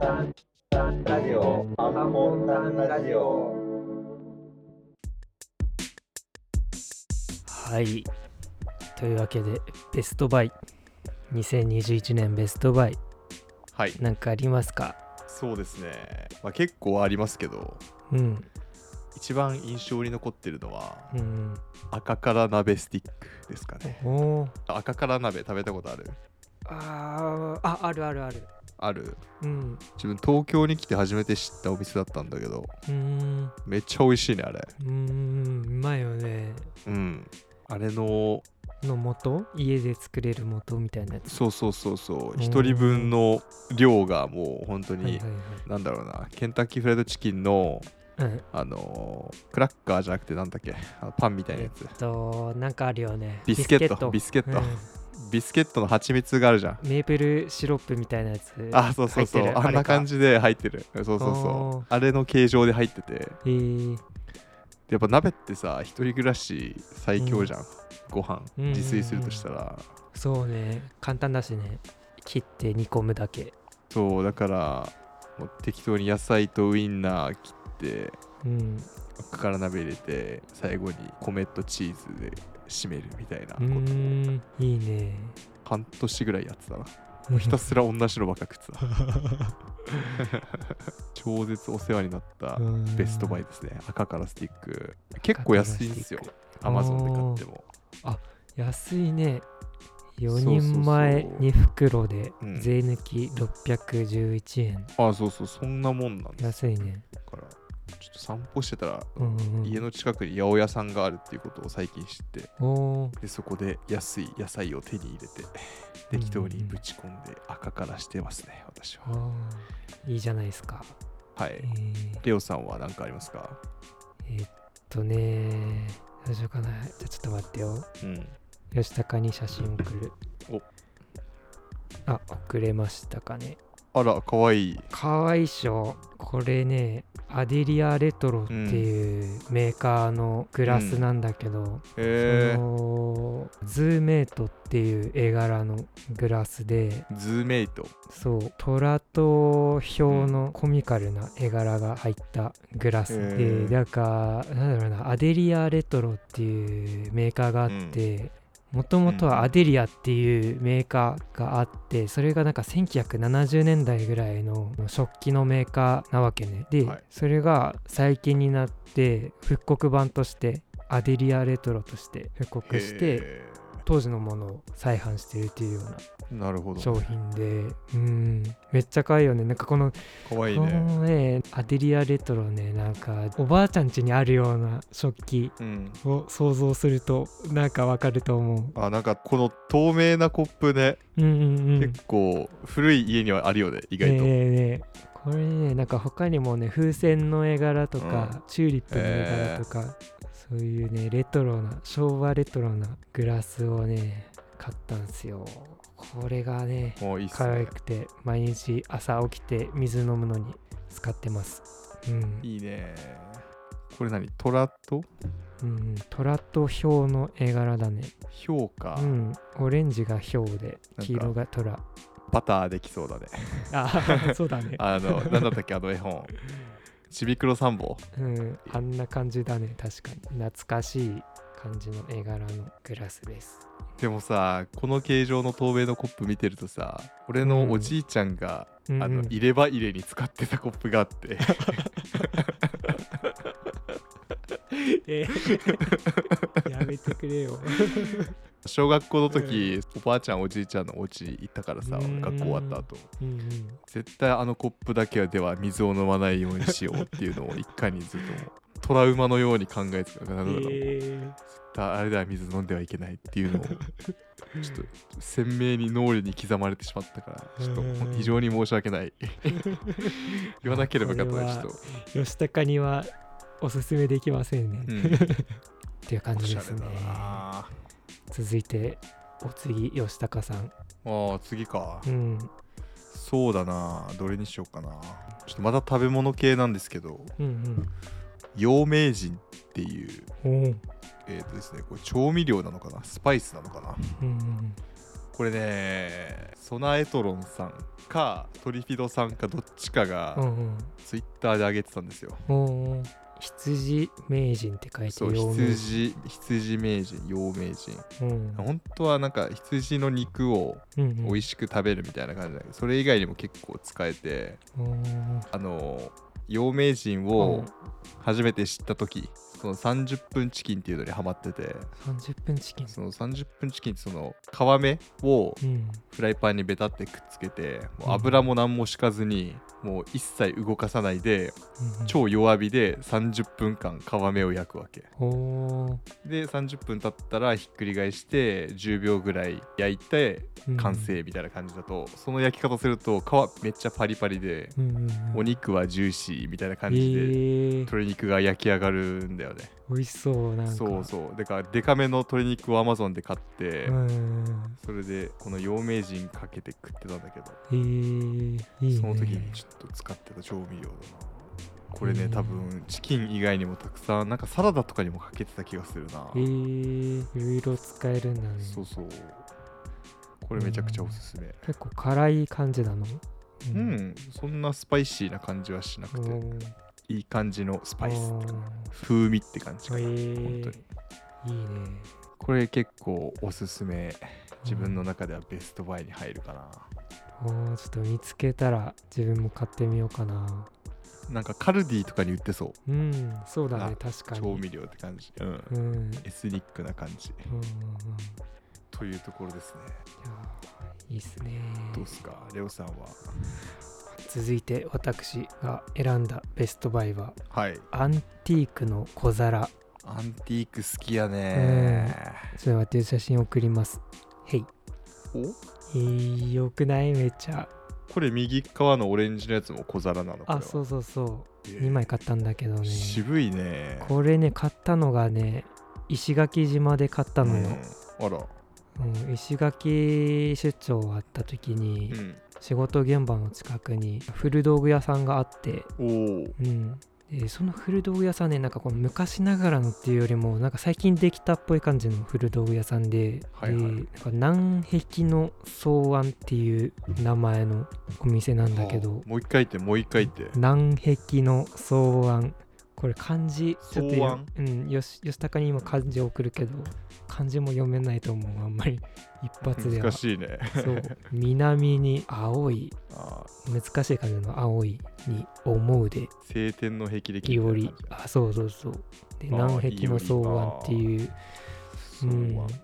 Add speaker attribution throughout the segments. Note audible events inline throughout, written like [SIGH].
Speaker 1: ラジオアンモンタンラジオ
Speaker 2: はい。というわけで、ベストバイ。2021年ベストバイ。
Speaker 3: はい、
Speaker 2: なんかありますか
Speaker 3: そうですね。まあ、結構ありますけど、
Speaker 2: うん。
Speaker 3: 一番印象に残ってるのは、
Speaker 2: うん。
Speaker 3: 赤から鍋スティックですかね。
Speaker 2: おー
Speaker 3: 赤から鍋食べたことある
Speaker 2: あーあ、あるあるある。
Speaker 3: ある
Speaker 2: うん。
Speaker 3: 自分東京に来て初めて知ったお店だったんだけど、
Speaker 2: うーん。
Speaker 3: めっちゃ美味しいね、あれ。
Speaker 2: うーん。うまいよね。
Speaker 3: うん。あれの、
Speaker 2: の元家で作れる元みたいなやつ。
Speaker 3: そうそうそうそうう、
Speaker 2: ん
Speaker 3: 一人分の量がもう本当
Speaker 2: はい
Speaker 3: に
Speaker 2: は、い
Speaker 3: なんだろうな、ケンタッキーフライドチキンの、
Speaker 2: はい。うん。
Speaker 3: あのークラッカーじゃなくてなんだっけあのパンみたいなやつ
Speaker 2: と、なんかあるよね。
Speaker 3: ビスケットビ
Speaker 2: ス
Speaker 3: スケット
Speaker 2: うん
Speaker 3: ビスケットの蜂蜜があるじゃん
Speaker 2: メープルシロップみたいなやつ。
Speaker 3: あそうそうそう
Speaker 2: 入ってる
Speaker 3: あんな感。じで入ってるそうそう
Speaker 2: お
Speaker 3: そ
Speaker 2: ー
Speaker 3: うあれの形状で入ってて
Speaker 2: あれかえー、
Speaker 3: やっぱ鍋ってさ一人暮らし最強じゃん、ご飯
Speaker 2: うんうんうん
Speaker 3: 自炊するとしたら、
Speaker 2: そうね。簡単だしね。切って煮込むだけ。
Speaker 3: そうだからもう適当に野菜とウインナー切って
Speaker 2: うん。
Speaker 3: 赤から鍋入れて最後に米とチーズで締めるみたいな
Speaker 2: うーん。いいね。
Speaker 3: 半年ぐらいやってたなもうひたすら同じのばっか食ってた
Speaker 2: [LAUGHS]
Speaker 3: 超絶お世話になった
Speaker 2: うん
Speaker 3: ベストバイですね赤からスティック結構安いんですよアマゾンで買っても
Speaker 2: 安いね4
Speaker 3: そうそう
Speaker 2: 人前2袋で
Speaker 3: うん
Speaker 2: 税抜き611円、
Speaker 3: あそうそうそんなもんなんです
Speaker 2: 安いね、
Speaker 3: だからちょっと散歩してたら、
Speaker 2: うんうん、
Speaker 3: 家の近くに八百屋さんがあるっていうことを最近知って
Speaker 2: おー
Speaker 3: でそこで安い野菜を手に入れて適当にぶち込んで赤からしてますね私は
Speaker 2: あーいいじゃないですか
Speaker 3: は
Speaker 2: え
Speaker 3: い
Speaker 2: ー
Speaker 3: レオさんは何かありますか
Speaker 2: えーっとねどうしようかなじゃあちょっと待ってよ
Speaker 3: うん
Speaker 2: 吉高に写真送る
Speaker 3: お
Speaker 2: あ送れましたかね
Speaker 3: あらかわいい
Speaker 2: かわいいっしょこれねアデリアレトロっていううメーカーのグラスなんだけど、
Speaker 3: えー、
Speaker 2: そのズーメイトっていう絵柄のグラスで
Speaker 3: ズーメイト
Speaker 2: そう虎と表のコミカルな絵柄が入ったグラスで、
Speaker 3: へえ
Speaker 2: なんかなんだろうなアデリアレトロっていうメーカーがあって。もともとはアデリアっていうメーカーがあってそれがなんか1970年代ぐらいの食器のメーカーなわけねで、
Speaker 3: はい
Speaker 2: それが最近になって復刻版としてアデリアレトロとして復刻して
Speaker 3: へ
Speaker 2: 当時のものを再販してるっていうような
Speaker 3: ーなるほど
Speaker 2: 商品でうんめっちゃ可愛いよねなんかこの
Speaker 3: かわいい
Speaker 2: こ
Speaker 3: ね、
Speaker 2: のねアデリアレトロねなんかおばあちゃん家にあるような食器
Speaker 3: うん、
Speaker 2: を想像するとなんかわかると思
Speaker 3: あなんかこの透明なコップね、
Speaker 2: ううんうんうん
Speaker 3: 結構古い家にはあるよね意
Speaker 2: ねえ
Speaker 3: 外と、
Speaker 2: ねえねえこれねなんか他にもね風船の絵柄とか、チューリップの絵柄とか、そういうねレトロな昭和レトロなグラスをね買ったんですよこれがね
Speaker 3: もういいっす
Speaker 2: 可
Speaker 3: ね
Speaker 2: 愛くて毎日朝起きて水飲むのに使ってますうん、
Speaker 3: いいねこれ何虎と
Speaker 2: うん、虎とヒョウの絵柄だね
Speaker 3: 評価、
Speaker 2: うんオレンジがヒョウで黄色が虎
Speaker 3: バターできそうだね [LAUGHS]
Speaker 2: あ [LAUGHS] そうだね
Speaker 3: あの何だったっけあの絵本ちびくろ三本
Speaker 2: うん、あんな感じだね確かに懐かしい感じの絵柄のグラスです
Speaker 3: でもさこの形状の透明のコップ見てるとさ俺
Speaker 2: うん
Speaker 3: のおじいちゃんが、
Speaker 2: うん
Speaker 3: あの入れ歯入れに使ってたコップがあって
Speaker 2: [LAUGHS] えやめてく
Speaker 3: [LAUGHS]
Speaker 2: れよ
Speaker 3: 小学校の時、おばあちゃんおじいちゃんのお家行ったからさ、
Speaker 2: うん
Speaker 3: 学校終わった後
Speaker 2: うん
Speaker 3: 絶対あのコップだけはでは水を飲まないようにしようっていうのを一回にずっとトラウマのように考えてたから、な
Speaker 2: う
Speaker 3: んだ
Speaker 2: ん
Speaker 3: ろう絶
Speaker 2: え
Speaker 3: 対あれでは水飲んではいけないっていうのをちょっと鮮明に脳裏に刻まれてしまったからちょっと
Speaker 2: うん
Speaker 3: 非常に申し訳ない [LAUGHS] 言わなければよかったな
Speaker 2: こ
Speaker 3: ち
Speaker 2: れ
Speaker 3: ょっと、
Speaker 2: ー、吉高にはおすすめできませんね、
Speaker 3: う
Speaker 2: [LAUGHS] っ
Speaker 3: ん、
Speaker 2: ていう感
Speaker 3: お
Speaker 2: じ
Speaker 3: し
Speaker 2: で
Speaker 3: ゃ
Speaker 2: す
Speaker 3: れ
Speaker 2: ね
Speaker 3: だなあ
Speaker 2: 続いてお次吉高さん
Speaker 3: あ次か
Speaker 2: うん
Speaker 3: そうだなどれにしようかなちょっとまた食べ物系なんですけど
Speaker 2: うん
Speaker 3: 陽明人っていう、
Speaker 2: おおうん
Speaker 3: えーとですね、これ調味料なのかなスパイスなのかな
Speaker 2: うん
Speaker 3: これねソナエトロンさんかトリフィドさんかどっちかが
Speaker 2: うんうん
Speaker 3: ツイッターで上げてたんですよ、
Speaker 2: うんおー羊名人って書いて
Speaker 3: そう
Speaker 2: 陽明
Speaker 3: 羊羊名人陽明人
Speaker 2: うん
Speaker 3: 本当はなんか羊の肉を
Speaker 2: うんうん
Speaker 3: 美味しく食べるみたいな感じだけど、それ以外にも結構使えて
Speaker 2: おー
Speaker 3: あの陽明人を初めて知った時その30分チキンっていうのにハマってて
Speaker 2: 30分チキン
Speaker 3: その30分チキンってその皮目を
Speaker 2: うん
Speaker 3: フライパンにベタってくっつけてもう油も何も敷かずにもう一切動かさないで超弱火で30分間皮目を焼くわけ
Speaker 2: おお
Speaker 3: で30分経ったらひっくり返して10秒ぐらい焼いて
Speaker 2: ー
Speaker 3: 完成みたいな感じだと、その焼き方すると皮めっちゃパリパリで、
Speaker 2: うんうんうん
Speaker 3: お肉はジューシーみたいな感
Speaker 2: え
Speaker 3: じで、
Speaker 2: ー、
Speaker 3: 鶏肉が焼き上がるんだよね
Speaker 2: 美味しそうなんか
Speaker 3: そうそうでかデカめの鶏肉をアマゾンで買って、
Speaker 2: うん
Speaker 3: それでこの陽明人かけて食ってたんだけど
Speaker 2: えー、いいね
Speaker 3: その時にちょっと使ってた調味料だなこれね
Speaker 2: うん
Speaker 3: 多分チキン以外にもたくさんなんかサラダとかにもかけてた気がするな、
Speaker 2: えー、いろいろ使えるんだね
Speaker 3: そうそうこれめちゃくちゃおすすめ
Speaker 2: 結構辛い感じなの
Speaker 3: うん、そんなスパイシーな感じはしなくて、
Speaker 2: うん
Speaker 3: いい感じのスパイス
Speaker 2: おー
Speaker 3: 風味って感じかな、
Speaker 2: へー
Speaker 3: 本当に
Speaker 2: いいね
Speaker 3: これ結構おすすめ自分の中ではベストバイに入るかな、
Speaker 2: おーちょっと見つけたら自分も買ってみようかな
Speaker 3: なんかカルディとかに売ってそう
Speaker 2: うんそうだね
Speaker 3: あ
Speaker 2: 確かに
Speaker 3: 調味料って感じ、うん
Speaker 2: うんうんうんうんい
Speaker 3: エスニックな感じというところですね
Speaker 2: やーいいっすね
Speaker 3: どうっすかレオさんは
Speaker 2: 続いて私が選んだベストバイは
Speaker 3: はい
Speaker 2: アンティークの小皿
Speaker 3: アンティーク好きやね
Speaker 2: ちょっと待って写真送りますへい
Speaker 3: お
Speaker 2: えー、よくないめっちゃ
Speaker 3: これ右側のオレンジのやつも小皿なの
Speaker 2: あそううそうそう2
Speaker 3: 2
Speaker 2: 枚買ったんだけどね
Speaker 3: 渋いね
Speaker 2: これね買ったのがね石垣島で買ったのよ、
Speaker 3: うんあら
Speaker 2: うん石垣出張あった時に、仕事現場の近くに古道具屋さんがあって、
Speaker 3: うんおお
Speaker 2: うん、でその古道具屋さんねなんかこの昔ながらのっていうよりもなんか最近できたっぽい感じの古道具屋さんで,、
Speaker 3: はいはい
Speaker 2: でなんか南壁の草案っていう名前のお店なんだけど
Speaker 3: もう一回言ってもう一回言って
Speaker 2: 南壁の草案これ漢字ちょっと
Speaker 3: 草
Speaker 2: よ
Speaker 3: 案、
Speaker 2: うん、よし吉高に今漢字送るけど漢字も読めないと思うあんまり [LAUGHS] 一発では
Speaker 3: 難。しいね
Speaker 2: そう南に青い
Speaker 3: あー
Speaker 2: 難しい感じの青いに思うで
Speaker 3: 晴天の霹靂
Speaker 2: いお
Speaker 3: み
Speaker 2: り
Speaker 3: たいな
Speaker 2: あそうそうそうで
Speaker 3: あー
Speaker 2: 南壁の草案っていう
Speaker 3: 感
Speaker 2: う
Speaker 3: じ
Speaker 2: ん結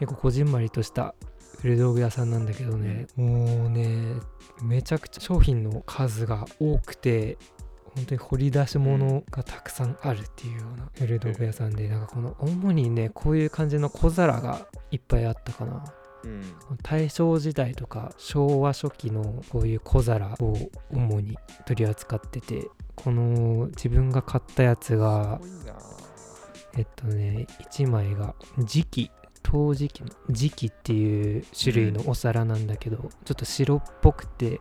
Speaker 2: 構こじんまりとした古道具屋さんなんだけどね、もうねめちゃくちゃ商品の数が多くて本当に掘り出し物がたくさんあるっていうような古道具屋さんで、なんかこの主にねこういう感じの小皿がいっぱいあったかな
Speaker 3: うん
Speaker 2: 大正時代とか昭和初期のこういう小皿を主に取り扱っててこの自分が買ったやつが
Speaker 3: すごいな
Speaker 2: えっとね1枚が磁器陶磁器の磁器っていう種類のお皿なんだけど、ちょっと白っぽくて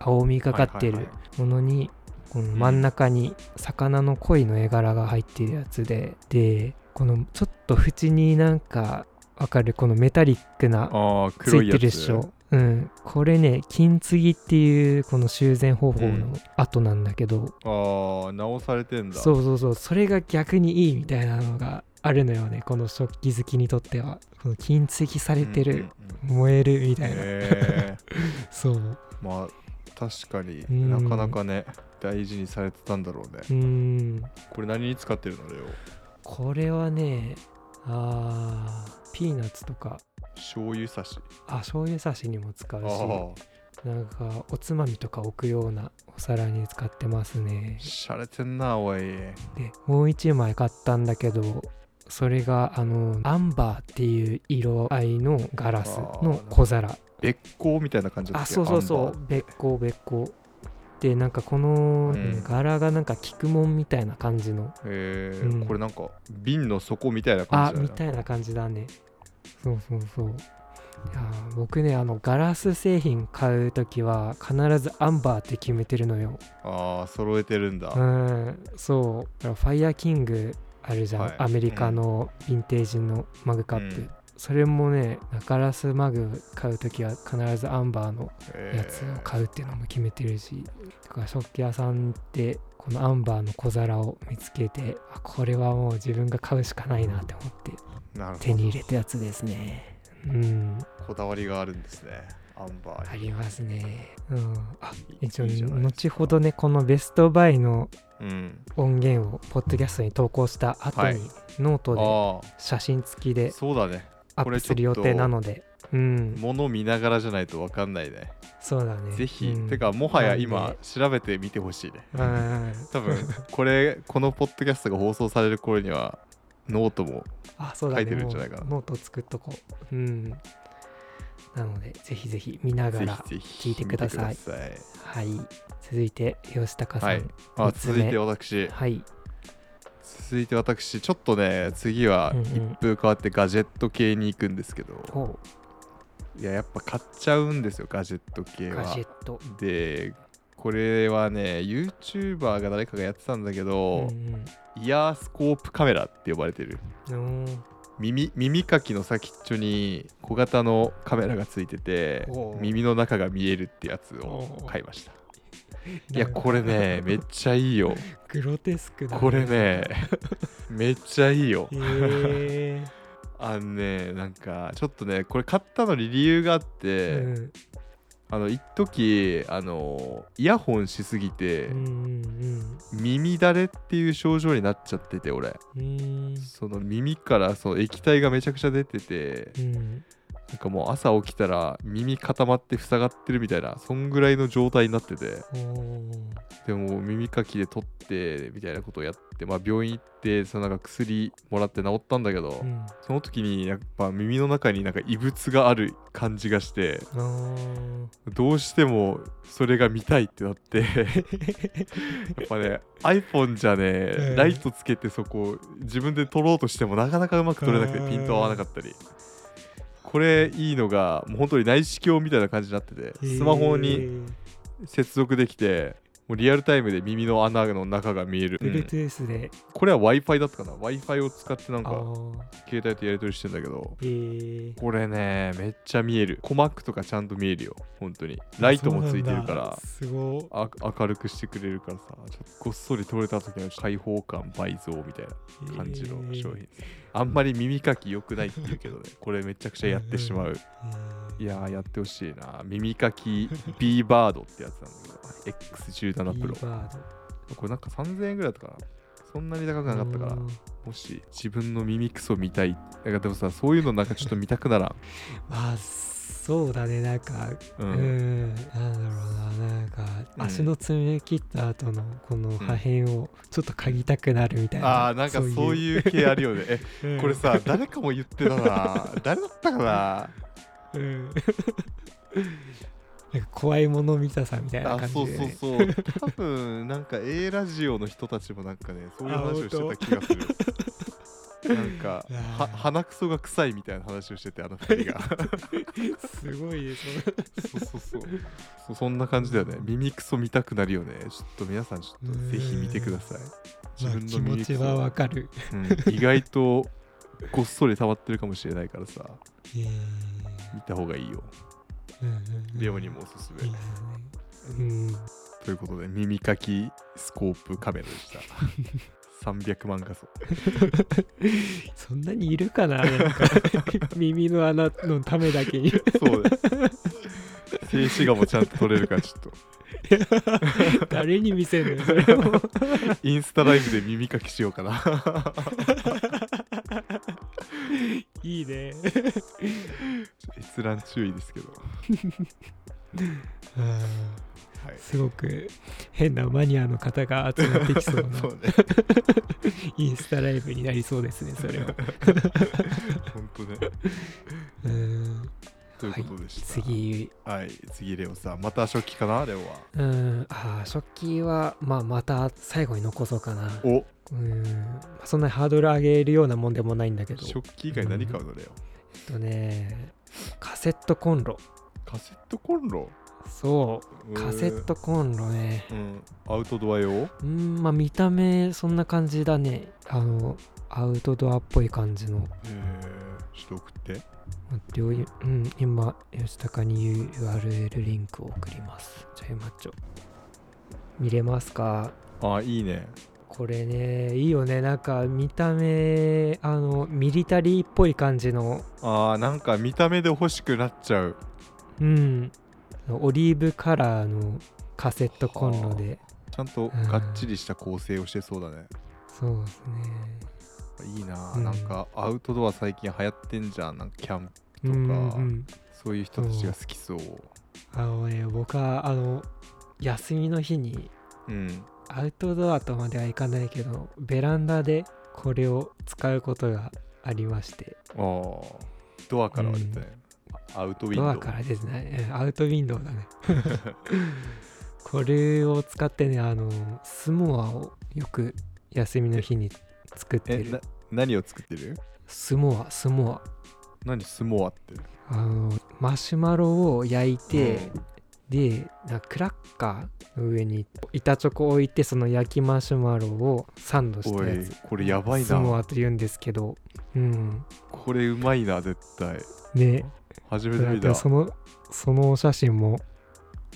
Speaker 2: 青みがかっ
Speaker 3: はい
Speaker 2: てる
Speaker 3: はいはい
Speaker 2: ものにこの真ん中に魚の鯉の絵柄が入ってるやつででこのちょっと縁になんかわかるこのメタリックな
Speaker 3: あー
Speaker 2: つ
Speaker 3: 黒い
Speaker 2: いて
Speaker 3: や
Speaker 2: る
Speaker 3: つ
Speaker 2: でしょ。うん、これね金継ぎっていうこの修繕方法
Speaker 3: うん
Speaker 2: の後なんだけど、
Speaker 3: ああ直されてんだ
Speaker 2: そうそうそうそれが逆にいいみたいなのがあるのよねこの食器好きにとってはこの金継ぎされて
Speaker 3: うんうん
Speaker 2: る、
Speaker 3: うん
Speaker 2: 燃えるみたいな、
Speaker 3: へえ
Speaker 2: そう
Speaker 3: まあ確かに
Speaker 2: ん
Speaker 3: なかなかね大事にされてたんだろうね
Speaker 2: うん
Speaker 3: これ何に使ってるのレオ
Speaker 2: これはねあーピーナッツとか
Speaker 3: 醤油差し
Speaker 2: あ醤油差しにも使う
Speaker 3: ああ
Speaker 2: しなんかおつまみとか置くようなお皿に使ってますね
Speaker 3: しゃれてんなおい
Speaker 2: でもう1枚買ったんだけどそれがあのアンバーっていう色合いのガラスの小皿
Speaker 3: べっこうみたいな感じだ
Speaker 2: あ
Speaker 3: ったっけ
Speaker 2: そうそうそうべっこうべっこうでなんかこの、
Speaker 3: うん
Speaker 2: 柄がなんか菊門みたいな感じの
Speaker 3: えー
Speaker 2: うん
Speaker 3: これなんか瓶の底みたいな感
Speaker 2: あ
Speaker 3: じだね
Speaker 2: みたいな感じだねそうそうそういやー僕ねあのガラス製品買う時は必ずアンバーって決めてるのよ
Speaker 3: ああ揃えてるんだ、
Speaker 2: うんそうだからファイヤーキングあるじゃん、
Speaker 3: はい
Speaker 2: アメリカのヴィンテージのマグカップ、
Speaker 3: うん
Speaker 2: それもねガラスマグ買う時は必ずアンバーの
Speaker 3: えー
Speaker 2: やつを買うっていうのも決めてるし、だから食器屋さんってこのアンバーの小皿を見つけてあこれはもう自分が買うしかないなって思って
Speaker 3: なるほ
Speaker 2: 手に入れたやつですねうん
Speaker 3: どこだわりがあるんですねアンバ
Speaker 2: あ
Speaker 3: ーに
Speaker 2: りますねうんあ
Speaker 3: い
Speaker 2: 一応
Speaker 3: いいじゃないです
Speaker 2: 後
Speaker 3: か
Speaker 2: ほどねこのベストバイの
Speaker 3: うん
Speaker 2: 音源をポッドキャストに投稿した後に、
Speaker 3: はい
Speaker 2: ノートで
Speaker 3: あ
Speaker 2: 写真付き
Speaker 3: あ
Speaker 2: で
Speaker 3: そうだね
Speaker 2: アッ
Speaker 3: こ
Speaker 2: プ
Speaker 3: れ
Speaker 2: する予定なのでうん
Speaker 3: 物見ながらじゃないと分かんないね
Speaker 2: そうだね
Speaker 3: ぜひ、
Speaker 2: うん
Speaker 3: てかもはや
Speaker 2: なん
Speaker 3: 今
Speaker 2: で
Speaker 3: 調べてみてほしいね
Speaker 2: うん
Speaker 3: 多分これこのポッドキャストが放送される頃にはノートも
Speaker 2: あそうだ
Speaker 3: 書
Speaker 2: ね
Speaker 3: いてるんじゃないかな
Speaker 2: もうノート作っとこううんなのでぜひぜひ見なが
Speaker 3: ぜ
Speaker 2: ら
Speaker 3: ひぜ
Speaker 2: 聞
Speaker 3: ひ
Speaker 2: いてください
Speaker 3: 見てください
Speaker 2: はい続いて吉高さん
Speaker 3: は
Speaker 2: はいい、
Speaker 3: あ
Speaker 2: 三つ目
Speaker 3: 続いて私続いて私ちょっとね次は
Speaker 2: うんうん
Speaker 3: 一風変わってガジェット系に行くんですけど、
Speaker 2: おう
Speaker 3: いややっぱ買っちゃうんですよガジェット系
Speaker 2: ガ
Speaker 3: は
Speaker 2: ジェット
Speaker 3: でこれはね YouTuber が誰かがやってたんだけど、
Speaker 2: うん
Speaker 3: イヤースコープカメラって呼ばれてる
Speaker 2: うん
Speaker 3: 耳耳かきの先っちょに小型のカメラがついてて
Speaker 2: おう
Speaker 3: 耳の中が見えるってやつ
Speaker 2: お
Speaker 3: を
Speaker 2: う
Speaker 3: 買いました
Speaker 2: い
Speaker 3: いやこれねめっちゃいいよ
Speaker 2: グロテスクだ、
Speaker 3: これね [LAUGHS] めっちゃいいよ
Speaker 2: へえ
Speaker 3: あのねなんかちょっとねこれ買ったのに理由があって、
Speaker 2: うん
Speaker 3: あの一時あのイヤホンしすぎて、
Speaker 2: うん
Speaker 3: 耳だれっていう症状になっちゃってて俺
Speaker 2: うんうん
Speaker 3: その耳からその液体がめちゃくちゃ出てて
Speaker 2: うん
Speaker 3: なんかもう朝起きたら耳固まって塞がってるみたいなそんぐらいの状態になってて
Speaker 2: おー
Speaker 3: でも耳かきで取ってみたいなことをやってまあ病院行ってそのなんか薬もらって治ったんだけど、
Speaker 2: うん
Speaker 3: その時にやっぱ耳の中になんか異物がある感じがして
Speaker 2: あー
Speaker 3: どうしてもそれが見たいってなって
Speaker 2: [LAUGHS]
Speaker 3: やっぱね iPhone じゃ
Speaker 2: う
Speaker 3: ね
Speaker 2: ん
Speaker 3: ライトつけてそこ自分で撮ろうとしてもなかなかうまく撮れなく
Speaker 2: うん
Speaker 3: てピント合わなかったりこれいいのがもう本当に内視鏡みたいな感じになっててスマホ
Speaker 2: へ
Speaker 3: に
Speaker 2: ー
Speaker 3: 接続できてもうリアルタイムで耳の穴の中が見える、うん
Speaker 2: Bluetooth で、
Speaker 3: これは w i f i だったかな w i f i を使ってなん
Speaker 2: あ
Speaker 3: か
Speaker 2: ー
Speaker 3: 携帯とやり取りしてんだけど
Speaker 2: へー
Speaker 3: これねめっちゃ見える鼓膜とかちゃんと見えるよ本当にライトもついてるか
Speaker 2: そうなん
Speaker 3: ら
Speaker 2: だすごい
Speaker 3: あ明るくしてくれるからさちょっとごっそり取れた時の開放感倍増みたいな感じの商品、あんまり耳かき良くないって言うけど
Speaker 2: [LAUGHS]
Speaker 3: ねこれめちゃくちゃやってしまういやーやってほしいな耳かき B バードってやつなんだけど X17 プロ
Speaker 2: バード
Speaker 3: これなんか3000円ぐらいだったかなそんなに高くなかったからもし自分の耳クソ見たいだからでもさそういうのなんかちょっと見たくならん、
Speaker 2: まあそうだねなんか
Speaker 3: う
Speaker 2: うんん、なんだろうななんか
Speaker 3: うん
Speaker 2: 足の爪切った後のこの破片をちょっと嗅ぎたくなるみたいな、
Speaker 3: あーなんかそういう系あるよねえ
Speaker 2: そういう
Speaker 3: これ、さ誰かも言ってたな誰だったかな
Speaker 2: うんうん、なんか怖いもの見たさみたいな
Speaker 3: あ
Speaker 2: 感じで
Speaker 3: そうそうそう多分なんか A ラジオの人たちもなんかねそういう話をしてた気がするなんか
Speaker 2: いやー
Speaker 3: は鼻くそが臭いみたいな話をしててあの二人
Speaker 2: [LAUGHS]
Speaker 3: が
Speaker 2: すごいです
Speaker 3: そうそうそうそそんな感じだよね耳くそ見たくなるよねちょっと皆さんちょっとぜひ見てください
Speaker 2: まあ、気持ち
Speaker 3: クソ
Speaker 2: はわかる、
Speaker 3: うん意外とごっそり触ってるかもしれないからさ
Speaker 2: えー
Speaker 3: 見た方がいいよ
Speaker 2: うんうんうん
Speaker 3: レオにもおすすめ
Speaker 2: いいですねうん
Speaker 3: ということで耳かきスコープカメラでした
Speaker 2: [LAUGHS]
Speaker 3: 300万画素
Speaker 2: [LAUGHS] そんなにいるかななんか [LAUGHS] 耳の穴のためだけ [LAUGHS] に
Speaker 3: そうです静止画もちゃんと撮れるから
Speaker 2: [LAUGHS]
Speaker 3: ちょっと
Speaker 2: 誰に見せるのそれを
Speaker 3: インスタライブで耳かきしようかな [LAUGHS]
Speaker 2: いいね
Speaker 3: 閲覧注意ですけど、はい、
Speaker 2: すごく変なマニアの方が集まってき [LAUGHS] そうな
Speaker 3: そうね
Speaker 2: インスタライブになりそうですねそれは
Speaker 3: 本当ね
Speaker 2: うん
Speaker 3: ということでした、
Speaker 2: 次
Speaker 3: はい、次レオさんまた初期かなレオは
Speaker 2: うんあー食器は、まあ、また最後に残そうかな
Speaker 3: お
Speaker 2: うんそんなにハードル上げるようなもんでもないんだけど
Speaker 3: 食器以外何買うのレオ
Speaker 2: えっとねカセットコンロ
Speaker 3: カセットコンロ
Speaker 2: そうカセットコンロね
Speaker 3: うんアウトドア用
Speaker 2: うんまあ見た目そんな感じだねあのアウトドアっぽい感じの
Speaker 3: えー、ちょっと送って
Speaker 2: 待ってよいうん、今、吉高に URL リンクを送ります。ちょいマッチョ。見れますか
Speaker 3: あいいね
Speaker 2: これね、いいよね。なんか見た目、あの、ミリタリーっぽい感じの、
Speaker 3: あーなんか見た目で欲しくなっちゃう
Speaker 2: うん、オリーブカラーのカセットコンロで。
Speaker 3: ちゃんとがっちりした構成をしてそうだね
Speaker 2: そうです
Speaker 3: いいな、
Speaker 2: うん
Speaker 3: なんかアウトドア最近流行ってんじゃんなんかキャンプ
Speaker 2: ね。うん、う
Speaker 3: とか
Speaker 2: ん。
Speaker 3: そういう人たちが好きそう
Speaker 2: あのね、僕は、あの、休みの日に、
Speaker 3: うん
Speaker 2: アウトドアとまではいかないけどベランダでこれを使うことがありまして
Speaker 3: あードアからは出てない、アウトウィンドウ
Speaker 2: ドアからですねうんアウトウィンドウ
Speaker 3: [LAUGHS]
Speaker 2: だねこれを使ってねあのスモアをよく休みの日に作って
Speaker 3: え
Speaker 2: る
Speaker 3: な何を作ってる
Speaker 2: スモアスモ
Speaker 3: 何スモアって
Speaker 2: アあのマシュマロを焼いて、
Speaker 3: うん
Speaker 2: でなんかクラッカーの上に板チョコを置いてその焼きマシュマロをサンドし
Speaker 3: お
Speaker 2: たや
Speaker 3: い
Speaker 2: つ
Speaker 3: これやばい
Speaker 2: スモ
Speaker 3: な
Speaker 2: アと言うんですけどうん
Speaker 3: これうまいな絶対
Speaker 2: ね
Speaker 3: 初めて見た
Speaker 2: そのそのお写真も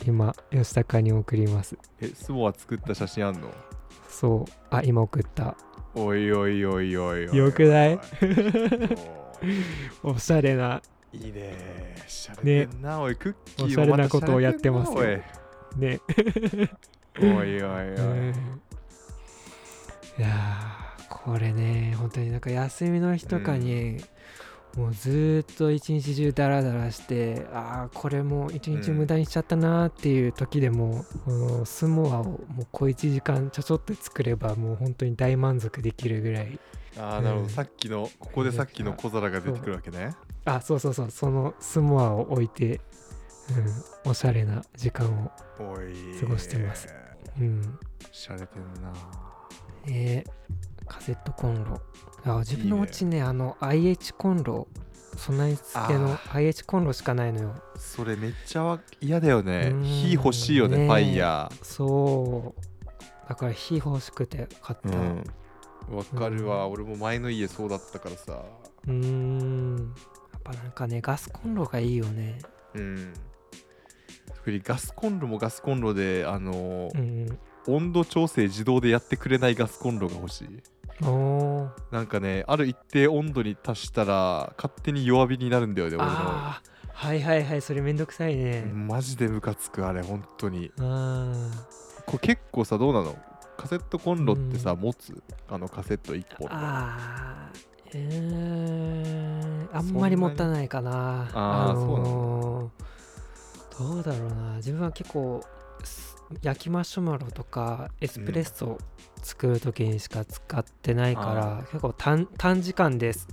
Speaker 2: 今吉高に送ります
Speaker 3: えスモア作った写真あんの
Speaker 2: そうあ今
Speaker 3: [LAUGHS]
Speaker 2: 送った
Speaker 3: おいおいおいおいおい
Speaker 2: よくない
Speaker 3: おい
Speaker 2: おしゃれない
Speaker 3: いねしゃれてんな、おいクッキーも
Speaker 2: おしゃれなことをやってますよ
Speaker 3: また洒落
Speaker 2: ね
Speaker 3: てんなおいおいおいおい、
Speaker 2: うんいやーこれね本当になんか休みの日とかに、もうずーっと一日中ダラダラしてああこれもう一日無駄にしちゃったなーっていう時でも、このスモアをもう小1時間ちょちょっと作ればもう本当に大満足できるぐらい
Speaker 3: ああなるほど、
Speaker 2: うん
Speaker 3: さっきのここでさっきの小皿が出てくるわけね
Speaker 2: あそうそうそうそのスモアを置いて、うん、おしゃれな時間を
Speaker 3: おい
Speaker 2: 過ごしてますうん
Speaker 3: しゃれてんな
Speaker 2: えーカセットコンロあ自分のお家ねあの IH コンロ備え付けの
Speaker 3: あ
Speaker 2: IH コンロしかないのよ
Speaker 3: それめっちゃわ嫌だよね
Speaker 2: うん
Speaker 3: 火欲しいよね
Speaker 2: ねえ
Speaker 3: ファイヤ
Speaker 2: そうだから火欲しくて買っ
Speaker 3: ー
Speaker 2: たう
Speaker 3: うんわかるわ、俺も前の家そうだったからさ
Speaker 2: ーんやっぱなんかねガスコンロがいいよね
Speaker 3: うん特にガスコンロもガスコンロであの
Speaker 2: う、ん
Speaker 3: 温度調整自動でやってくれないガスコンロが欲しい
Speaker 2: おー
Speaker 3: なんかねある一定温度に達したら勝手に弱火になるんだよね俺の
Speaker 2: あーはいはいはいそれめんどくさいね、
Speaker 3: マジでムカつくあれ本当に
Speaker 2: あー
Speaker 3: これ結構さどうなのカセットコンロってさ、持つあのカセット1本あ
Speaker 2: ああうーんあんまり持たないかな
Speaker 3: あー
Speaker 2: のーどうだろうな自分は結構す焼きマシュマロとかエスプレッソ作る時にしか使ってないから、結構短短時間です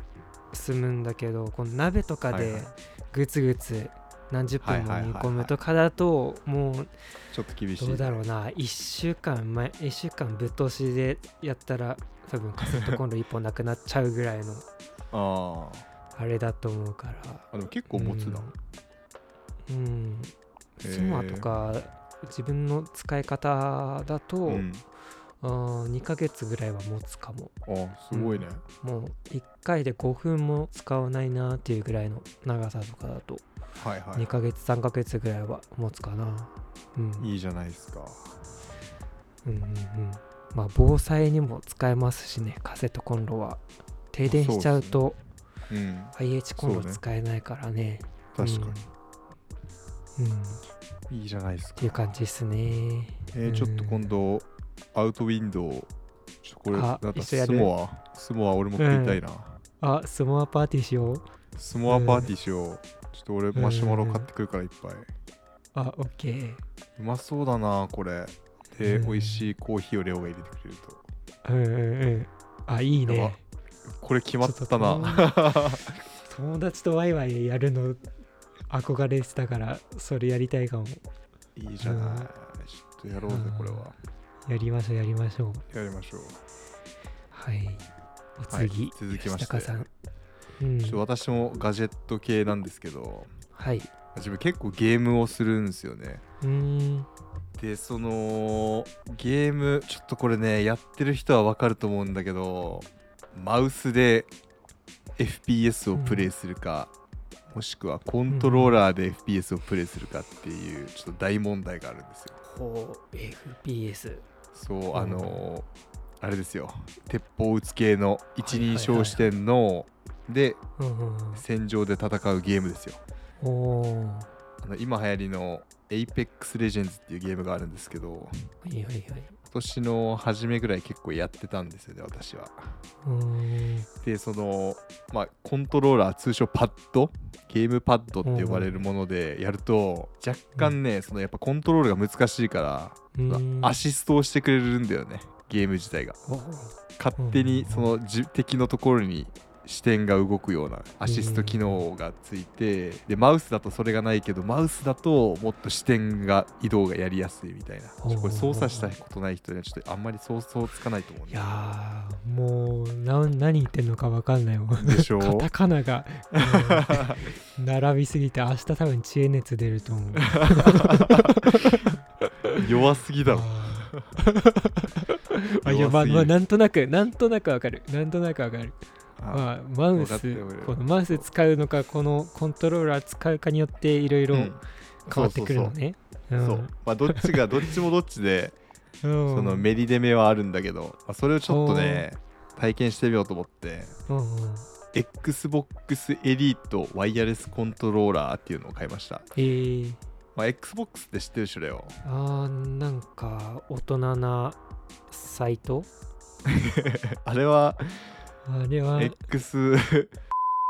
Speaker 2: 済むんだけどこの鍋とか
Speaker 3: はいはい
Speaker 2: でぐつぐつ何十分も
Speaker 3: はいはいはい
Speaker 2: 煮
Speaker 3: はい
Speaker 2: 込むとかだともう
Speaker 3: ちょっと厳しい
Speaker 2: どうだろうな1週間前1週間ぶっ通しでやったら多分カセットコンロ1本なくなっちゃうぐらい
Speaker 3: [LAUGHS]
Speaker 2: の
Speaker 3: あー
Speaker 2: あれだと思うから
Speaker 3: あでも結構持つな、
Speaker 2: うん、うん、
Speaker 3: へー
Speaker 2: スモアとか自分の使い方だと、
Speaker 3: うん
Speaker 2: あー2ヶ月ぐらいは持つかも
Speaker 3: あすごいね、
Speaker 2: もう1回で5分も使わないなっていうぐらいの長さとかだと
Speaker 3: はいは
Speaker 2: 2ヶ月3ヶ月ぐらいは持つかなうん
Speaker 3: いいいじゃないですか
Speaker 2: うんうんうんまあ防災にも使えますしねカセットコンロは停電しちゃうと
Speaker 3: うん
Speaker 2: IH コンロ
Speaker 3: そうね
Speaker 2: 使えないからね
Speaker 3: 確か
Speaker 2: うん、うんっ
Speaker 3: にいいじゃないですか
Speaker 2: ていう感じですね
Speaker 3: えーちょっと今度アウトウィンドウちょっとこれなん
Speaker 2: あ
Speaker 3: か
Speaker 2: 一緒や
Speaker 3: ス
Speaker 2: る
Speaker 3: モアスモア俺も食いたいな、
Speaker 2: あスモアパーティーしよう
Speaker 3: スモアパーティーしよう、ちょっと俺マシュマロ買ってくるからいっぱい、
Speaker 2: あオッケー
Speaker 3: うまそうだなこれで、
Speaker 2: う
Speaker 3: 美
Speaker 2: ん
Speaker 3: 味しいコーヒーをレオが入れてくれると
Speaker 2: うんうんうんあいい
Speaker 3: やば
Speaker 2: ね
Speaker 3: これ決まった
Speaker 2: ちょ
Speaker 3: な
Speaker 2: 友達とワイワイやるの憧れてたからそれやりたいかも
Speaker 3: いいじゃない、ちょっとやろうぜ
Speaker 2: うん
Speaker 3: これは
Speaker 2: やりましょうやりましょう
Speaker 3: やりましょう
Speaker 2: はいお
Speaker 3: はい
Speaker 2: 次、
Speaker 3: 続きまして
Speaker 2: 吉高さんうん
Speaker 3: ちょっと私もガジェット系なんですけど
Speaker 2: はい
Speaker 3: 自分結構ゲームをするんですよね
Speaker 2: うーん
Speaker 3: でそのゲームちょっとこれねやってる人はわかると思うんだけどマウスで FPS をプレイするか、もしくはコントローラーで FPS をプレイするかっていうちょっと大問題があるんですよ
Speaker 2: ほう FPS
Speaker 3: そう
Speaker 2: うん
Speaker 3: あのーあれですよ鉄砲撃つ系の一
Speaker 2: はいはい
Speaker 3: 人称視点ので
Speaker 2: うんうん
Speaker 3: 戦場で戦うゲームですよ
Speaker 2: うんおー
Speaker 3: あの今流行りの Apex Legends っていうゲームがあるんですけど
Speaker 2: はいはいはい
Speaker 3: 今年の初めぐらい結構やってたんですよね私は
Speaker 2: うーん
Speaker 3: でそのまあコントローラー通称パッドゲームパッドって呼ばれるものでやると若干ねそのやっぱコントロールが難しいから
Speaker 2: うーん
Speaker 3: アシストをしてくれるんだよねゲーム自体が
Speaker 2: おー
Speaker 3: 勝手に
Speaker 2: うん
Speaker 3: そのじ敵のところに視点が動くようなアシスト機能がついてでマウスだとそれがないけどマウスだともっと視点が移動がやりやすいみたいな
Speaker 2: おー
Speaker 3: これ操作したことない人にはちょっとあんまり想像つかないと思うん
Speaker 2: い
Speaker 3: だよ
Speaker 2: やーもうな何言ってんのか分
Speaker 3: [LAUGHS]
Speaker 2: かんないもん
Speaker 3: でしょ
Speaker 2: カタカ
Speaker 3: [LAUGHS]
Speaker 2: ナが、うん並びすぎて明日多分知恵熱出ると思う
Speaker 3: 弱すぎだろ
Speaker 2: あーあいやまあ、
Speaker 3: [LAUGHS] 弱すぎる
Speaker 2: まあ、なんとなくなんとなくわかるなんとなくわかる
Speaker 3: あ
Speaker 2: まあマウ
Speaker 3: わかって
Speaker 2: ス
Speaker 3: る俺は
Speaker 2: このマウス使うのかこのコントローラー使うかによっていろいろ
Speaker 3: うん
Speaker 2: 変わってくるのね
Speaker 3: そ
Speaker 2: う
Speaker 3: うんまあどっちがどっちもどっち
Speaker 2: [LAUGHS]
Speaker 3: で
Speaker 2: そ
Speaker 3: そのメリデメはあるんだけど、まあ、それをちょっとね体験してみようと思って
Speaker 2: うんうん
Speaker 3: XBOX エリートワイヤレスコントローラーっていうのを買いました、
Speaker 2: えー、
Speaker 3: まあ、XBOX って知ってるでしょレ
Speaker 2: [LAUGHS]
Speaker 3: オ
Speaker 2: あーなんか大人なサイト
Speaker 3: あれは
Speaker 2: あれは
Speaker 3: X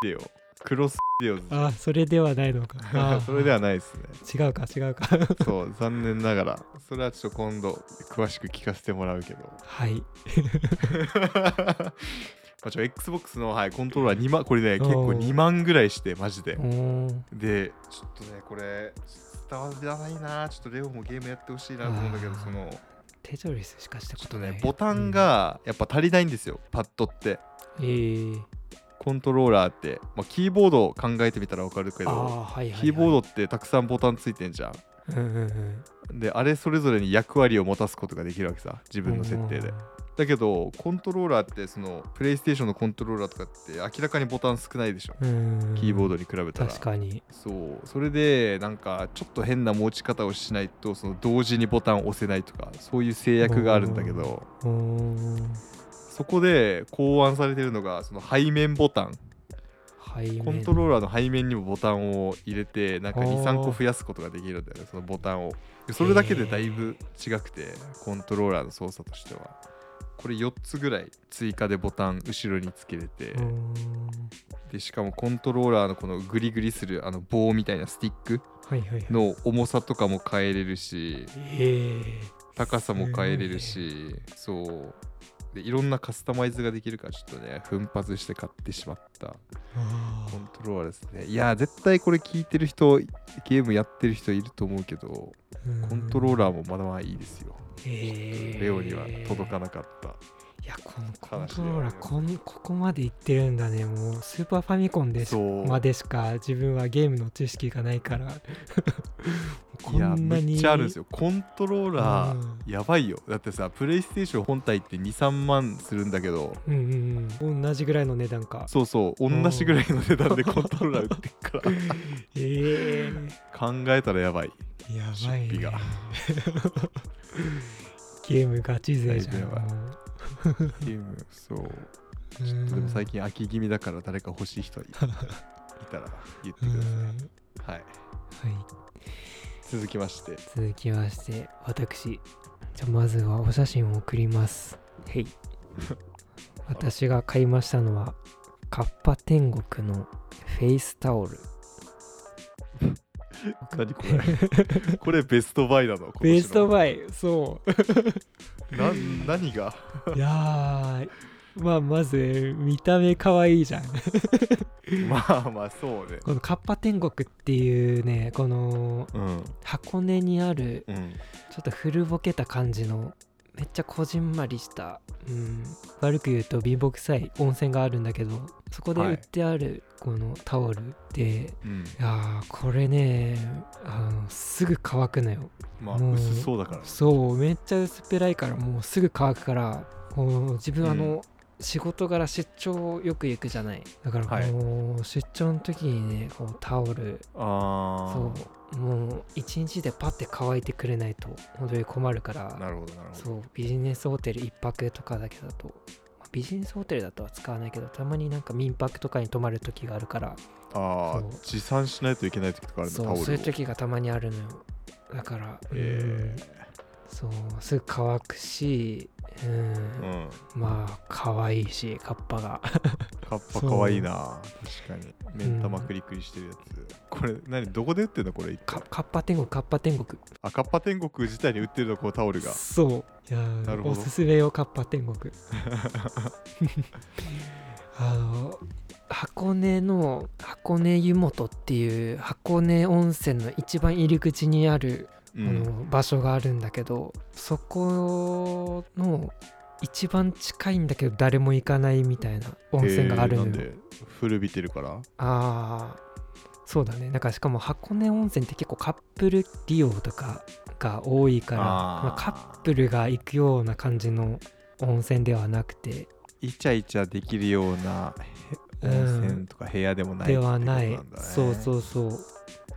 Speaker 3: デオクロスデオズ
Speaker 2: あーそれではない
Speaker 3: [LAUGHS]
Speaker 2: のかあー
Speaker 3: それではないですね
Speaker 2: 違うか違うか
Speaker 3: そう残念ながらそれはちょっと今度詳しく聞かせてもらうけど
Speaker 2: [LAUGHS]
Speaker 3: [LAUGHS]
Speaker 2: はい
Speaker 3: まあちょ XBOX の、はい、コントローラー2万これね結
Speaker 2: お
Speaker 3: 構
Speaker 2: ー
Speaker 3: 2万ぐらいしてマジで
Speaker 2: うーん
Speaker 3: でちょっとねこれ伝わらないなちょっとレオもゲームやってほしいなと思うんだけど
Speaker 2: あー
Speaker 3: その
Speaker 2: テトリスしかした
Speaker 3: ちょ
Speaker 2: こ
Speaker 3: っと
Speaker 2: とない
Speaker 3: ねボタン、がやっぱ足りないんですよ、パッドって
Speaker 2: うんえー、
Speaker 3: コントローラーって、まあ、キーボードを考えてみたらわかるけ
Speaker 2: ああ
Speaker 3: ど
Speaker 2: ーはいはい、はい、
Speaker 3: キーボードってたくさんボタンついてんじゃん
Speaker 2: ド、うんうんうん、
Speaker 3: であれそれぞれに役割を持たすことができるわけさ自分の設定でだけどコントローラーってそのプレイステーションのコントローラーとかって明らかにボタン少ないでしょ
Speaker 2: うん
Speaker 3: キーボードに比べたら
Speaker 2: 確かに
Speaker 3: そうそれでなんかちょっと変な持ち方をしないとその同時にボタンを押せないとかそういう制約があるんだけど
Speaker 2: うーん
Speaker 3: そこで考案されてるのがその背面ボタン
Speaker 2: 背面
Speaker 3: コントローラーの背面にもボタンを入れてなんか
Speaker 2: おー
Speaker 3: 23個増やすことができるんだよねそのボタンをそれだけでだいぶ違くてコントローラーの操作としてはこれ4つぐらい追加でボタン後ろにつけれて、
Speaker 2: うーん
Speaker 3: でしかもコントローラーのこのグリグリするあの棒みたいなスティック
Speaker 2: はいはいはい
Speaker 3: の重さとかも変えれるし
Speaker 2: ええ
Speaker 3: 高さも変えれるしそうでいろんなカスタマイズができるからちょっとね奮発して買ってしまった
Speaker 2: あ
Speaker 3: コントローラーですねいやー絶対これ聞いてる人ゲームやってる人いると思うけど
Speaker 2: ー
Speaker 3: コントローラーもまだまだいいですよ
Speaker 2: ええ
Speaker 3: レオには届かなかった
Speaker 2: いやこのコン
Speaker 3: 話
Speaker 2: ト
Speaker 3: では
Speaker 2: ローラーこんここまでいってるんだねもうスーパーファミコンでし
Speaker 3: そう
Speaker 2: までしか自分はゲームの知識がないからこ
Speaker 3: いや
Speaker 2: んなに
Speaker 3: めっちゃあるんですよコントローラー
Speaker 2: うん
Speaker 3: やばいよだってさプレイステーション本体って23万するんだけど
Speaker 2: うんうんうん同じぐらいの値段
Speaker 3: [LAUGHS]
Speaker 2: か
Speaker 3: そうそう同じぐらいの値段で [LAUGHS] コントローラー売ってっから
Speaker 2: ええ
Speaker 3: 考えたらやばい
Speaker 2: やばい、
Speaker 3: 出
Speaker 2: ね
Speaker 3: 費が、
Speaker 2: ゲームガチ勢じゃん
Speaker 3: だいぶやばい
Speaker 2: も
Speaker 3: ゲームそうち
Speaker 2: う
Speaker 3: ょっとでも最
Speaker 2: 近
Speaker 3: 近飽き気味だから誰か欲しい人いいたら言ってくださいはい
Speaker 2: はい
Speaker 3: 続きまして
Speaker 2: 続きまして私じゃあまずはお写真を送りますへい [LAUGHS] 私が買いましたのはカッパ天国のフェイスタオル
Speaker 3: 何これ [LAUGHS] これベストバイなの
Speaker 2: ベスト
Speaker 3: イ
Speaker 2: バイそう
Speaker 3: な何が [LAUGHS]
Speaker 2: いやーまあまず見た目可愛いじゃん
Speaker 3: まあまあそうね
Speaker 2: [LAUGHS] このカッパ天国っていうねこの
Speaker 3: うん
Speaker 2: 箱根にある
Speaker 3: うん
Speaker 2: ちょっと古ぼけた感じのめっちゃこじんまりした、うん、悪く言うと貧乏臭い温泉があるんだけどそこで
Speaker 3: はい
Speaker 2: 売ってあるこのタオルで、
Speaker 3: うん
Speaker 2: い、やーこれねあのすぐ乾くのよ
Speaker 3: まあ
Speaker 2: もう
Speaker 3: 薄そうだからね
Speaker 2: そうめっちゃ薄っぺらいからもうすぐ乾くからこう自分あの、仕事柄出張よく行くじゃないだからこ、
Speaker 3: はいう
Speaker 2: 出張の時にねこうタオル
Speaker 3: ああ
Speaker 2: そうもう一日でパッて乾いてくれないと本当に困るから
Speaker 3: なるほどなるほど
Speaker 2: そうビジネスホテル1泊とかだけだと、まあビジネスホテルだとは使わないけどたまになんか民泊とかに泊まる時があるから
Speaker 3: ああ
Speaker 2: そう
Speaker 3: 持参しないといけない時とかあるのタ
Speaker 2: そ
Speaker 3: オ
Speaker 2: う
Speaker 3: ルを
Speaker 2: そういう時がたまにあるのよだから、
Speaker 3: え
Speaker 2: うんそうすぐ乾くし、うん
Speaker 3: えうん
Speaker 2: まあ可愛いしカッパが
Speaker 3: カッパ
Speaker 2: そう
Speaker 3: かわいいな確かに目ん玉クリクリしてるやつ、これ何どこで売ってんのこれ一
Speaker 2: カ
Speaker 3: 回
Speaker 2: カッパ天国カッパ天国
Speaker 3: あカッパ天国自体に売ってるのこうタオルが
Speaker 2: そういやー
Speaker 3: なるほど
Speaker 2: おすすめよカッパ
Speaker 3: [LAUGHS]
Speaker 2: 天国あの箱根の箱根湯本っていう箱根温泉の一番入り口にある、
Speaker 3: う
Speaker 2: あ
Speaker 3: ん
Speaker 2: の場所があるんだけどそこの一番近いんだけど誰も行かないみたいな温泉があるの
Speaker 3: えー
Speaker 2: よ、
Speaker 3: なんで古びてるから
Speaker 2: ああそうだねなんかしかも箱根温泉って結構カップル利用とかが多いから
Speaker 3: あー
Speaker 2: まあカップルが行くような感じの温泉ではなくて
Speaker 3: イチャイチャできるような
Speaker 2: うん
Speaker 3: 温泉とか部屋でもない
Speaker 2: ではない、
Speaker 3: ってことんだね
Speaker 2: そうそうそ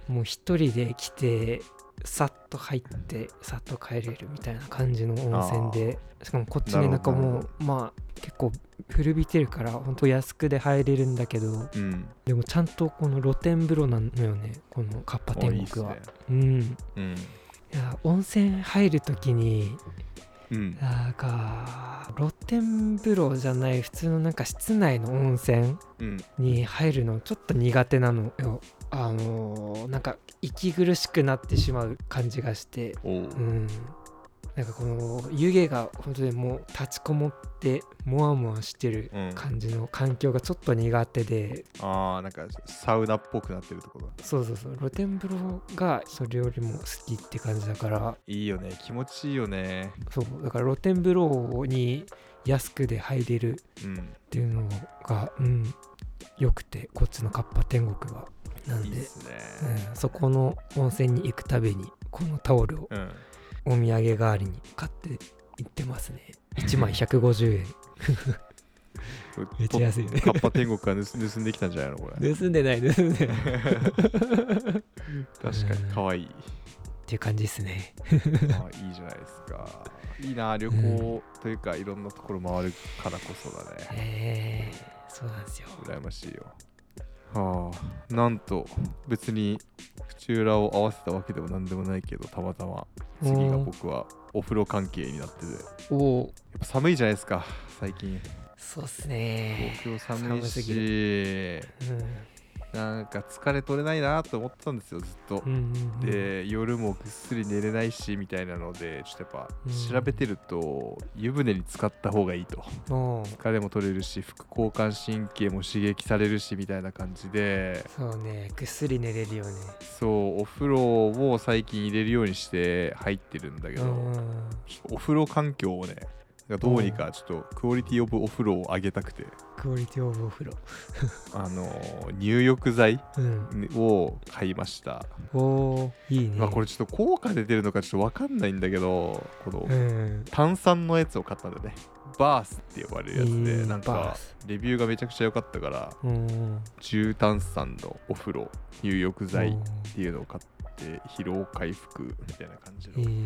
Speaker 2: うもう一人で来てさっと入ってさっと帰れるみたいな感じの温泉でしかもこっち
Speaker 3: な
Speaker 2: ねな
Speaker 3: る
Speaker 2: んか
Speaker 3: ほど
Speaker 2: もうまあ結構古びてるからほんと安くで入れるんだけど
Speaker 3: うん
Speaker 2: でもちゃんとこの露天風呂なのよねこのカッパ天
Speaker 3: おいいっす
Speaker 2: 国は
Speaker 3: ね
Speaker 2: うん
Speaker 3: うん
Speaker 2: いや温泉入るときに
Speaker 3: うん
Speaker 2: なんか露天風呂じゃない普通のなんか室内の温泉
Speaker 3: うん
Speaker 2: に入るのちょっと苦手なのよあのーなんか息苦しくなってしまう感じがして
Speaker 3: おう
Speaker 2: うんなんかこの湯気が本当にもう立ちこもってモワモワしてる
Speaker 3: うん、
Speaker 2: 感じの環境がちょっと苦手で
Speaker 3: ああなんかサウナっぽくなってるところ
Speaker 2: そうそうそう露天風呂がそれよりも好きって感じだから
Speaker 3: いいよね気持ちいいよね
Speaker 2: そうだから露天風呂に安くで入れる
Speaker 3: うん
Speaker 2: っていうのがうん良くてこっちのカッパ天国はなんで
Speaker 3: いいっすね
Speaker 2: うん、そこの温泉に行くたびにこのタオルを
Speaker 3: うん
Speaker 2: お土産代わりに買って行ってますね1枚150円
Speaker 3: [LAUGHS]
Speaker 2: めっちゃ安いね
Speaker 3: カッパ天国から盗盗んできたんじゃないのこれ。
Speaker 2: [LAUGHS] 盗んでない盗んでない
Speaker 3: 確かに、かわいい。
Speaker 2: っていう感じです
Speaker 3: [LAUGHS]
Speaker 2: ね
Speaker 3: あいいじゃないですか。いいな、旅行というか、いろんなところ回るからこそだね。
Speaker 2: えー、そうなんですよ
Speaker 3: 羨ましいよ。はあ、なんと、別に、口裏を合わせたわけでもなんでもないけど、たまたま、次が僕はお風呂関係になってて、やっ
Speaker 2: おお
Speaker 3: ぱ寒いじゃないですか、最近。
Speaker 2: そうっすね
Speaker 3: 東京寒い
Speaker 2: 寒すぎ
Speaker 3: し、
Speaker 2: うん
Speaker 3: なんか疲れ取れないなと思ってたんですよ、ずっと
Speaker 2: う。んうんうん
Speaker 3: で夜もぐっすり寝れないしみたいなのでちょっとやっ
Speaker 2: うん
Speaker 3: ぱ調べてると、湯船に使った方がいいと
Speaker 2: おー
Speaker 3: 疲れも取れるし副交感神経も刺激されるしみたいな感じで
Speaker 2: そうねぐっすり寝れるよね
Speaker 3: そうお風呂を最近入れるようにして入ってるんだけ
Speaker 2: う
Speaker 3: ど、
Speaker 2: ん
Speaker 3: ちょっとお風呂環境をねなんかどうにかちょっとクオリティオブお風呂を上げたくて
Speaker 2: クオリティオブお風呂
Speaker 3: あの入浴剤
Speaker 2: うん
Speaker 3: を買いました、
Speaker 2: おおいいね
Speaker 3: まあこれちょっと効果出てるのかちょっと分かんないんだけどこの
Speaker 2: うん
Speaker 3: 炭酸のやつを買ったんだよねバースって呼ばれるやつで、
Speaker 2: えー
Speaker 3: なん
Speaker 2: バー
Speaker 3: か
Speaker 2: ス
Speaker 3: レビューがめちゃくちゃ良かったから
Speaker 2: うん
Speaker 3: 重炭酸のお風呂入浴剤
Speaker 2: お
Speaker 3: っ
Speaker 2: ー
Speaker 3: ていうのを買って疲労回復みたいな感じの、
Speaker 2: えー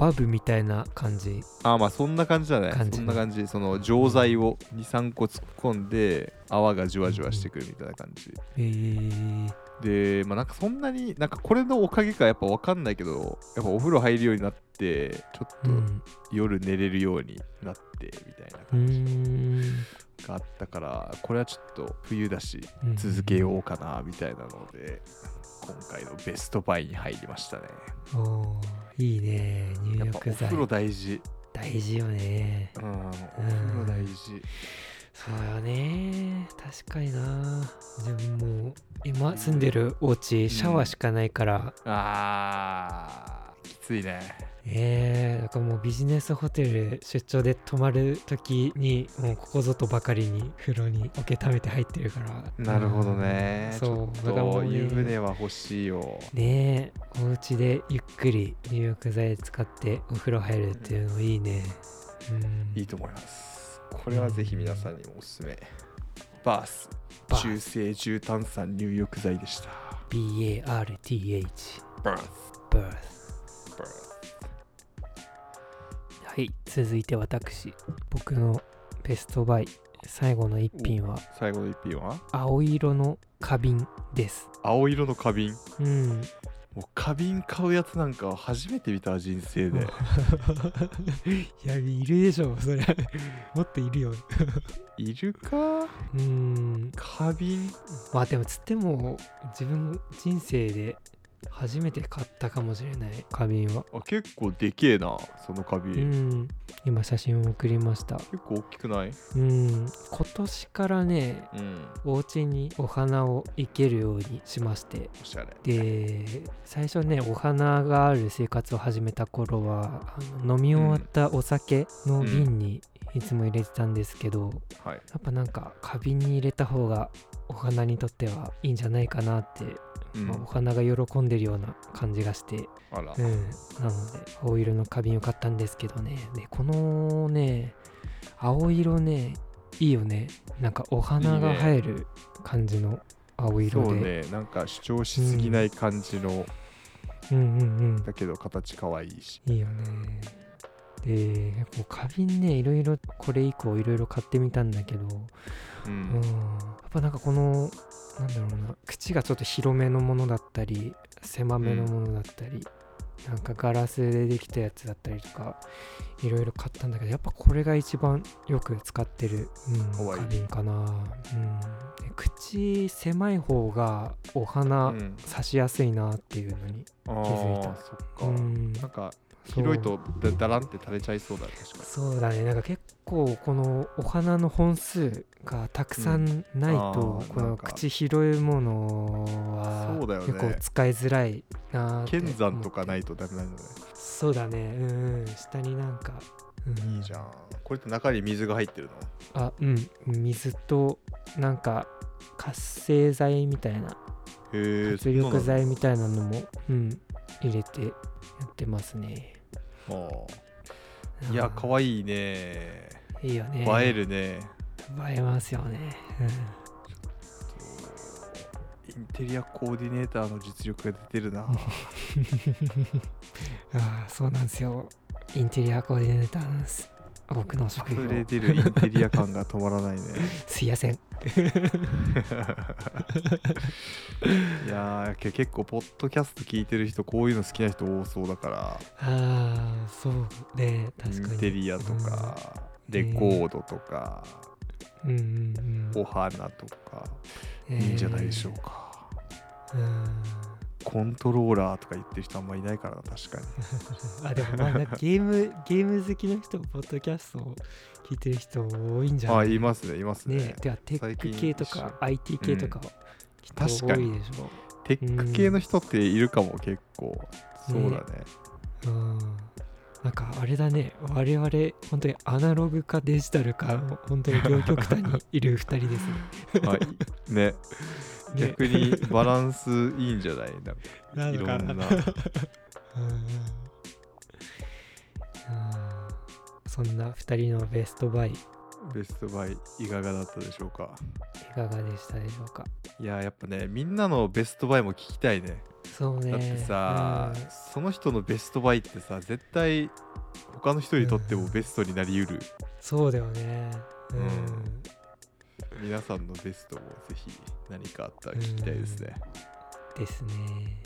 Speaker 2: バブみたいな感じ
Speaker 3: ああまあそんな感じだね
Speaker 2: 感じ
Speaker 3: そんな感じその錠剤を23個突っ込んで泡がじわじわしてくるみたいな感じ
Speaker 2: えー
Speaker 3: でまあなんかそんなになんかこれのおかげかやっぱ分かんないけどやっぱお風呂入るようになってちょっ
Speaker 2: う
Speaker 3: と
Speaker 2: ん
Speaker 3: 夜寝れるようになってみたいな
Speaker 2: うー
Speaker 3: 感じ、
Speaker 2: ん
Speaker 3: があったからこれはちょっと冬だし
Speaker 2: うん
Speaker 3: 続けようかなみたいなので今回のベストバイに入りましたね
Speaker 2: おーいいね
Speaker 3: や
Speaker 2: 入
Speaker 3: っぱお
Speaker 2: 浴剤
Speaker 3: 風呂大事
Speaker 2: 大事よね
Speaker 3: うんお風呂大事
Speaker 2: そうよね確かになでももう今住んでるお家シャワーしかないから、
Speaker 3: あきついね
Speaker 2: えー、だからもうビジネスホテル出張で泊まる時にもうここぞとばかりに風呂に桶ためて入ってるから
Speaker 3: なるほどね、
Speaker 2: うんそう
Speaker 3: ち
Speaker 2: だから
Speaker 3: ょ
Speaker 2: も
Speaker 3: っ
Speaker 2: う
Speaker 3: と
Speaker 2: ね
Speaker 3: 湯船は欲しいよ
Speaker 2: ねえお家でゆっくり入浴剤使ってお風呂入るっていうのいいねうん
Speaker 3: いいと思いますこれはぜひ皆さんにもおすすめバース
Speaker 2: バー
Speaker 3: 中性重炭酸入浴剤でした
Speaker 2: BARTH
Speaker 3: バース
Speaker 2: birth
Speaker 3: バース
Speaker 2: はい続いて私僕のベストバイ最後の一品は
Speaker 3: 最後の一品は
Speaker 2: 青色の花瓶です
Speaker 3: 青色の花瓶
Speaker 2: うん
Speaker 3: もう花瓶買うやつなんか初めて見た人生で
Speaker 2: [LAUGHS] いやいるでしょそれもっといるよ
Speaker 3: いるか
Speaker 2: うん
Speaker 3: 花瓶
Speaker 2: まあでもつっても自分の人生で初めて買ったかもしれない花瓶は
Speaker 3: あ結構でけえなその花瓶、
Speaker 2: うん今写真を送りました
Speaker 3: 結構大きくない
Speaker 2: うん今年からね
Speaker 3: うん
Speaker 2: お家にお花を生けるようにしまして
Speaker 3: おしゃれ
Speaker 2: で最初ねお花がある生活を始めた頃はあの飲み終わったお酒の瓶にいつも入れてたんですけど、
Speaker 3: はい
Speaker 2: やっぱなんか花瓶に入れた方がお花にとってはいいんじゃないかなって、
Speaker 3: うん
Speaker 2: まあお花が喜んでるような感じがして、
Speaker 3: あら、
Speaker 2: うん、なので青色の花瓶を買ったんですけどねでこのね青色ねいいよねなんかお花が映える感じの青色で
Speaker 3: そうねなんか主張しすぎない感じの、
Speaker 2: うんうんうん
Speaker 3: だけど形可愛いし
Speaker 2: いいよね。で、こう花瓶ね、いろいろこれ以降いろいろ買ってみたんだけど、
Speaker 3: う
Speaker 2: うん、や
Speaker 3: ん、
Speaker 2: っぱなんかこの、なんだろうな、口がちょっと広めのものだったり、狭めのものだったり、なんかガラスでできたやつだったりとか、いろいろ買ったんだけど、やっぱこれが一番よく使ってる、うん、
Speaker 3: 可愛い
Speaker 2: 花瓶かな。うん、で口狭い方がお花
Speaker 3: うん
Speaker 2: 刺しやすいなっていうのに。
Speaker 3: あ
Speaker 2: づいた
Speaker 3: ーそっか、
Speaker 2: うん
Speaker 3: なんか
Speaker 2: そう
Speaker 3: 広いとだだらんって垂れちゃいそうだね確か
Speaker 2: そうだねなんか結構このお花の本数がたくさんないと
Speaker 3: あ、ー
Speaker 2: こ
Speaker 3: なん
Speaker 2: の
Speaker 3: か
Speaker 2: 口拾うものは
Speaker 3: そうだよね
Speaker 2: 結構使いづらいなーっ
Speaker 3: に
Speaker 2: て
Speaker 3: 剣山とかないいとダメなんだね
Speaker 2: そうだねうん下になんか、うん、
Speaker 3: いいじゃんこれって中に水が入ってるの
Speaker 2: あうん水となんか活性剤みたいな
Speaker 3: へえ
Speaker 2: 活力剤みたいなのもうん入れてやってますね
Speaker 3: いや
Speaker 2: わ
Speaker 3: 可愛いね
Speaker 2: いいよね
Speaker 3: 映えるね
Speaker 2: 映えますよね、うん
Speaker 3: インテリアコーディネーターの実力が出てる
Speaker 2: [LAUGHS]
Speaker 3: な
Speaker 2: ああそうなんですよインテリアコーディネーターなんです僕の職業
Speaker 3: 溢れ出るインテリア感が止まらないね
Speaker 2: すいやせん
Speaker 3: いやーけ結構ポッドキャスト聞いてる人こういうの好きな人多そうだから
Speaker 2: ああそうね
Speaker 3: イ
Speaker 2: 確かに
Speaker 3: ンテリアとか、レコードとか、
Speaker 2: うんうんうん
Speaker 3: お花とか、
Speaker 2: え
Speaker 3: い
Speaker 2: ー
Speaker 3: いんじゃないでしょうか
Speaker 2: うん
Speaker 3: コントローラーとか言ってる人あんまいないからな確かに
Speaker 2: あでもまあなんかゲーム [LAUGHS] ゲーム好きの人ポッドキャストを聞いてる人多いんじゃ
Speaker 3: あ
Speaker 2: ない
Speaker 3: いますねいますね
Speaker 2: ねてかテッ
Speaker 3: 最
Speaker 2: ク
Speaker 3: 近
Speaker 2: 系とか IT 系とかきっと
Speaker 3: 確か
Speaker 2: 多
Speaker 3: に
Speaker 2: いでしょ
Speaker 3: テック系の人っているかも結構そうだね
Speaker 2: うんなんかあれだね我々本当にアナログかデジタルかもう本当に両極端にいる2
Speaker 3: [LAUGHS]
Speaker 2: 人ですね [LAUGHS]
Speaker 3: はいね
Speaker 2: ね
Speaker 3: 逆にバランスいいんじゃないなんか
Speaker 2: [LAUGHS] ない
Speaker 3: ろ
Speaker 2: のか
Speaker 3: んな
Speaker 2: うんうんうんそんな2人のベストバイい
Speaker 3: ベストバイいかがだったでしょうか
Speaker 2: かがでしたでしょうか
Speaker 3: いややっぱねみんなのベストバイも聞きたいね
Speaker 2: そうね
Speaker 3: だってさ、
Speaker 2: うん
Speaker 3: その人のベストバイってさ絶対他の人にとってもベストになりうる、
Speaker 2: そうだよねうん、
Speaker 3: うん皆さんのベストもぜひ何かあったら聞きたいですね、
Speaker 2: ですね